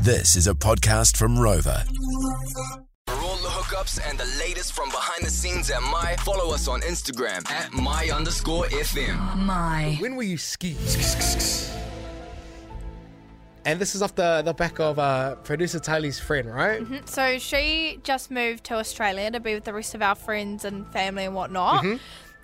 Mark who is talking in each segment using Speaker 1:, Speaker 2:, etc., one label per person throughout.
Speaker 1: This is a podcast from Rover.
Speaker 2: For all the hookups and the latest from behind the scenes at My, follow us on Instagram at My underscore FM.
Speaker 3: My.
Speaker 4: When were you skiing? And this is off the, the back of uh, producer Tylee's friend, right?
Speaker 5: So she just moved to Australia to be with the rest of our friends and family and whatnot.
Speaker 4: Mm-hmm.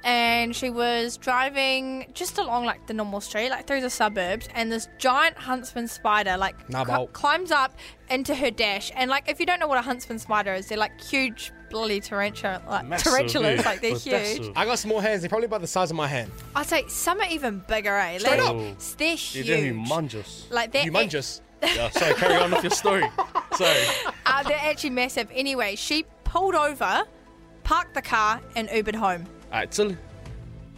Speaker 5: And she was driving just along like the normal street, like through the suburbs, and this giant huntsman spider like
Speaker 4: Nah,
Speaker 5: cl-
Speaker 4: bolt.
Speaker 5: climbs up into her dash. And like, if you don't know what a huntsman spider is, they're like huge bloody tarantula, like
Speaker 6: Massive,
Speaker 5: tarantulas,
Speaker 6: yeah.
Speaker 5: like they're
Speaker 6: But that's
Speaker 5: huge.
Speaker 6: a-
Speaker 4: I got small hands. They're probably about the size of my hand.
Speaker 5: I'd say some are even bigger, eh?
Speaker 4: Straight
Speaker 5: like,
Speaker 4: up.
Speaker 5: They're
Speaker 6: They're
Speaker 5: huge.
Speaker 6: they're humongous.
Speaker 5: like
Speaker 4: Eh,
Speaker 5: they're
Speaker 4: Humongous.
Speaker 6: Yeah, sorry, carry on with your story. Sorry.
Speaker 5: Uh, they're actually massive. Anyway, she pulled over, parked the car, and Ubered home.
Speaker 6: Alright, so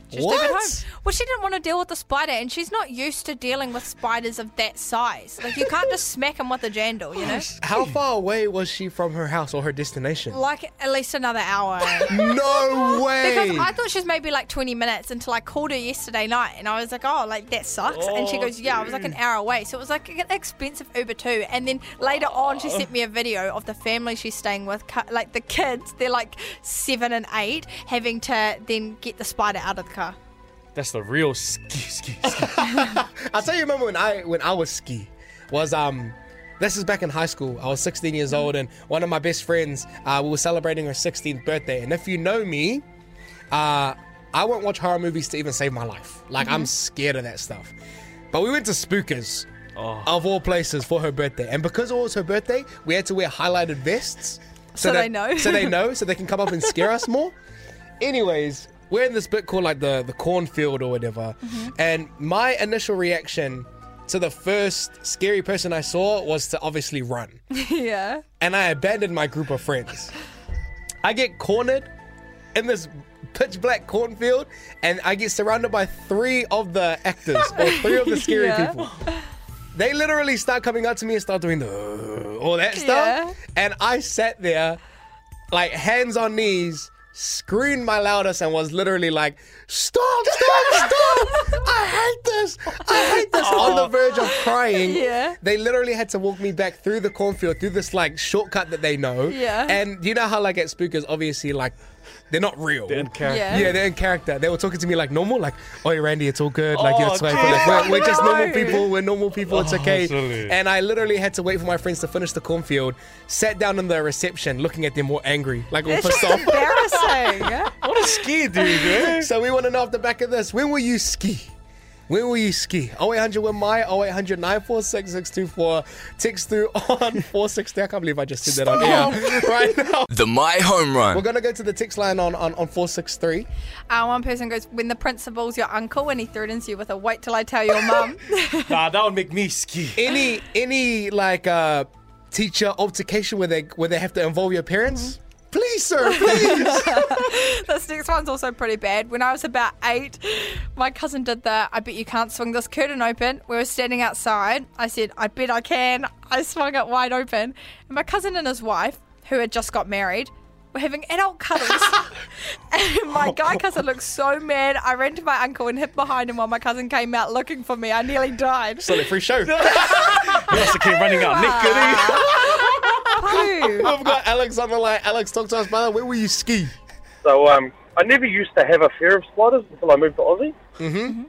Speaker 5: She was staying at
Speaker 4: What?
Speaker 5: home. Well, she didn't want to deal with the spider, and she's not used to dealing with spiders of that size. Like you can't just smack them with a jandal, you know.
Speaker 4: How far away was she from her house or her destination?
Speaker 5: Like at least another hour.
Speaker 4: No way!
Speaker 5: Because I thought she was maybe like 20 minutes until I called her yesterday night and I was like, oh, like that sucks. and she
Speaker 6: Oh,
Speaker 5: goes, yeah, I was like an hour away. So it was like an expensive Uber too. And then later on, she sent me a video of the family she's staying with, cu- like the kids, they're like seven and eight, having to then get the spider out of the car.
Speaker 6: that's the real ski ski ski.
Speaker 4: I'll tell you, remember when I when I was ski was um. This is back in high school. I was 16 years old, and one of my best friends, uh, we were celebrating her 16th birthday. And if you know me, uh, I won't watch horror movies to even save my life. Like,
Speaker 5: Mm-hmm.
Speaker 4: I'm scared of that stuff. But we went to Spookers,
Speaker 5: Oh.
Speaker 4: of all places, for her birthday. And because it was her birthday, we had to wear highlighted vests.
Speaker 5: So they
Speaker 4: that-
Speaker 5: know.
Speaker 4: so they know, so they can come up and scare us more. Anyways, we're in this bit called like the the cornfield or whatever,
Speaker 5: Mm-hmm.
Speaker 4: and my initial reaction to the first scary person I saw was to obviously run,
Speaker 5: yeah.
Speaker 4: and I abandoned my group of friends. I get cornered in this pitch black cornfield, and I get surrounded by three of the actors or three of the scary
Speaker 5: Yeah.
Speaker 4: people. They literally start coming up to me and start doing the all that stuff,
Speaker 5: Yeah.
Speaker 4: and I sat there like hands on knees, screamed my loudest and was literally like, "Stop! Stop! Stop! I hate this! I hate this!" On the verge of crying.
Speaker 5: Yeah.
Speaker 4: They literally had to walk me back through the cornfield through this like shortcut that they know.
Speaker 5: Yeah.
Speaker 4: And you know how like at Spookers, obviously like they're not real.
Speaker 6: They're in character.
Speaker 5: Yeah.
Speaker 4: Yeah, they're in character. They were talking to me like normal, like, "Oh, Randy, it's all good. Like, you're
Speaker 6: Oh,
Speaker 4: fine.
Speaker 6: dude,
Speaker 4: Like, we're, we're just
Speaker 5: no.
Speaker 4: normal people. We're normal people. It's
Speaker 6: Oh,
Speaker 4: okay."
Speaker 6: silly.
Speaker 4: And I literally had to wait for my friends to finish the cornfield. Sat down in the reception, looking at them more angry, like all
Speaker 5: It's
Speaker 4: pissed
Speaker 5: just
Speaker 4: off.
Speaker 5: embarrassing.
Speaker 6: What a ski dude, eh?
Speaker 4: so we want to know off the back of this: When will you ski? When will you ski? 0800 with my 0800 946 624. Text through on 460. I can't believe I just said that on air right now.
Speaker 2: The My Home Run.
Speaker 4: We're going to go to the text line on, on, on 463.
Speaker 5: uh, one person goes, when the principal's your uncle and he threatens you with a wait till I tell your mum.
Speaker 6: Nah, that would make me ski.
Speaker 4: any any like uh teacher altercation where they where they have to involve your parents please sir please
Speaker 5: This next one's also pretty bad. When I was about eight, my cousin did the I bet you can't swing this curtain open. We were standing outside. I said, I bet I can. I swung it wide open. And my cousin and his wife, who had just got married, were having adult cuddles. and my guy cousin looked so mad. I ran to my uncle and hid behind him while my cousin came out looking for me. I nearly died.
Speaker 4: Solid free show
Speaker 6: You also keep running out. Nick, goodie.
Speaker 5: Poo.
Speaker 4: i've got alex on the line alex talk to us brother where will you ski
Speaker 7: So um, I never used to have a fear of spiders until I moved to Aussie.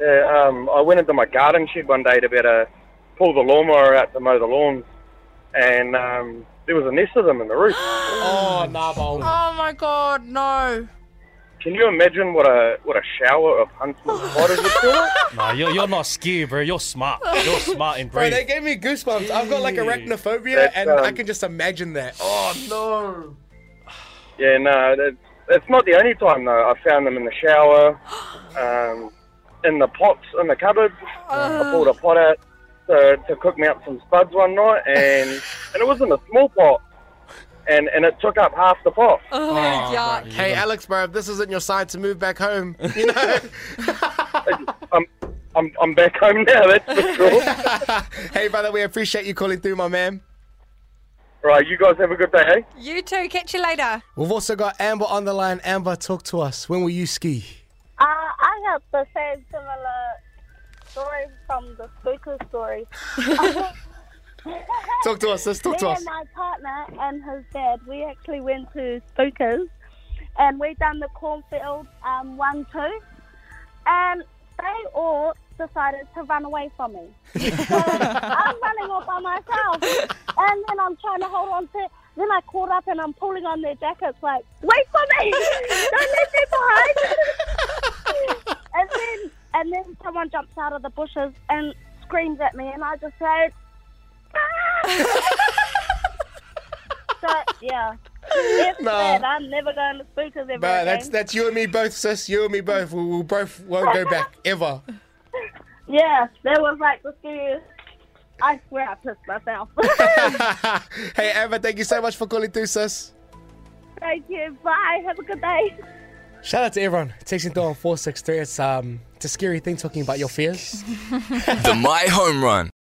Speaker 7: Mm-hmm. Uh, um, I went into my garden shed one day to better pull the lawnmower out to mow the lawns, and um, there was a nest of them in the roof.
Speaker 4: oh nah bro.
Speaker 5: Oh my god, no.
Speaker 7: Can you imagine what a what a shower of huntsman spiders would feel like?
Speaker 6: Nah, you're, you're not ski, bro. You're smart. You're smart and
Speaker 4: Bro,
Speaker 6: brave.
Speaker 4: they gave me goosebumps. I've got like arachnophobia,
Speaker 7: That's,
Speaker 4: and I
Speaker 7: um,
Speaker 4: can just imagine that. Oh no!
Speaker 7: Yeah, no, that's, that's not the only time though. I found them in the shower, um, in the pots in the cupboard. I pulled a pot out to, to cook me up some spuds one night, and and it was in a small pot, and and it took up half the pot.
Speaker 5: Oh, yuck.
Speaker 4: Hey, Alex, bro, if this isn't your side to move back home, you know.
Speaker 7: I'm I'm, I'm back home now. That's for sure.
Speaker 4: hey, brother, we appreciate you calling through, my man.
Speaker 7: right, you guys have a good day. Hey?
Speaker 5: You too. Catch you later.
Speaker 4: We've also got Amber on the line. Amber, talk to us. When will you ski?
Speaker 8: Uh, I have the same similar story from the speaker story.
Speaker 4: Talk to us, sis. Talk to
Speaker 8: me
Speaker 4: us.
Speaker 8: and my partner and his dad, we actually went to Spookers and we done the cornfield um, one two, and they all decided to run away from me. So I'm running all by myself, and then I'm trying to hold on to. Then I caught up and I'm pulling on their jackets like, wait for me! Don't leave me behind! and then and then someone jumps out of the bushes and screams at me, and I just "Ah!" say, But yeah. If
Speaker 4: Nah.
Speaker 8: that, I'm never going to speak to them
Speaker 4: Bro,
Speaker 8: again.
Speaker 4: that's that's you and me both, sis. You and me both. We, we both won't go back ever.
Speaker 8: Yeah, that was like the scariest. I swear I pissed myself.
Speaker 4: hey, Amber, thank you so much for calling through, sis.
Speaker 8: Thank you. Bye. Have a good day.
Speaker 4: Shout out to everyone. Texting through on 463. It's um, it's a scary thing talking about your fears.
Speaker 2: The My Home Run.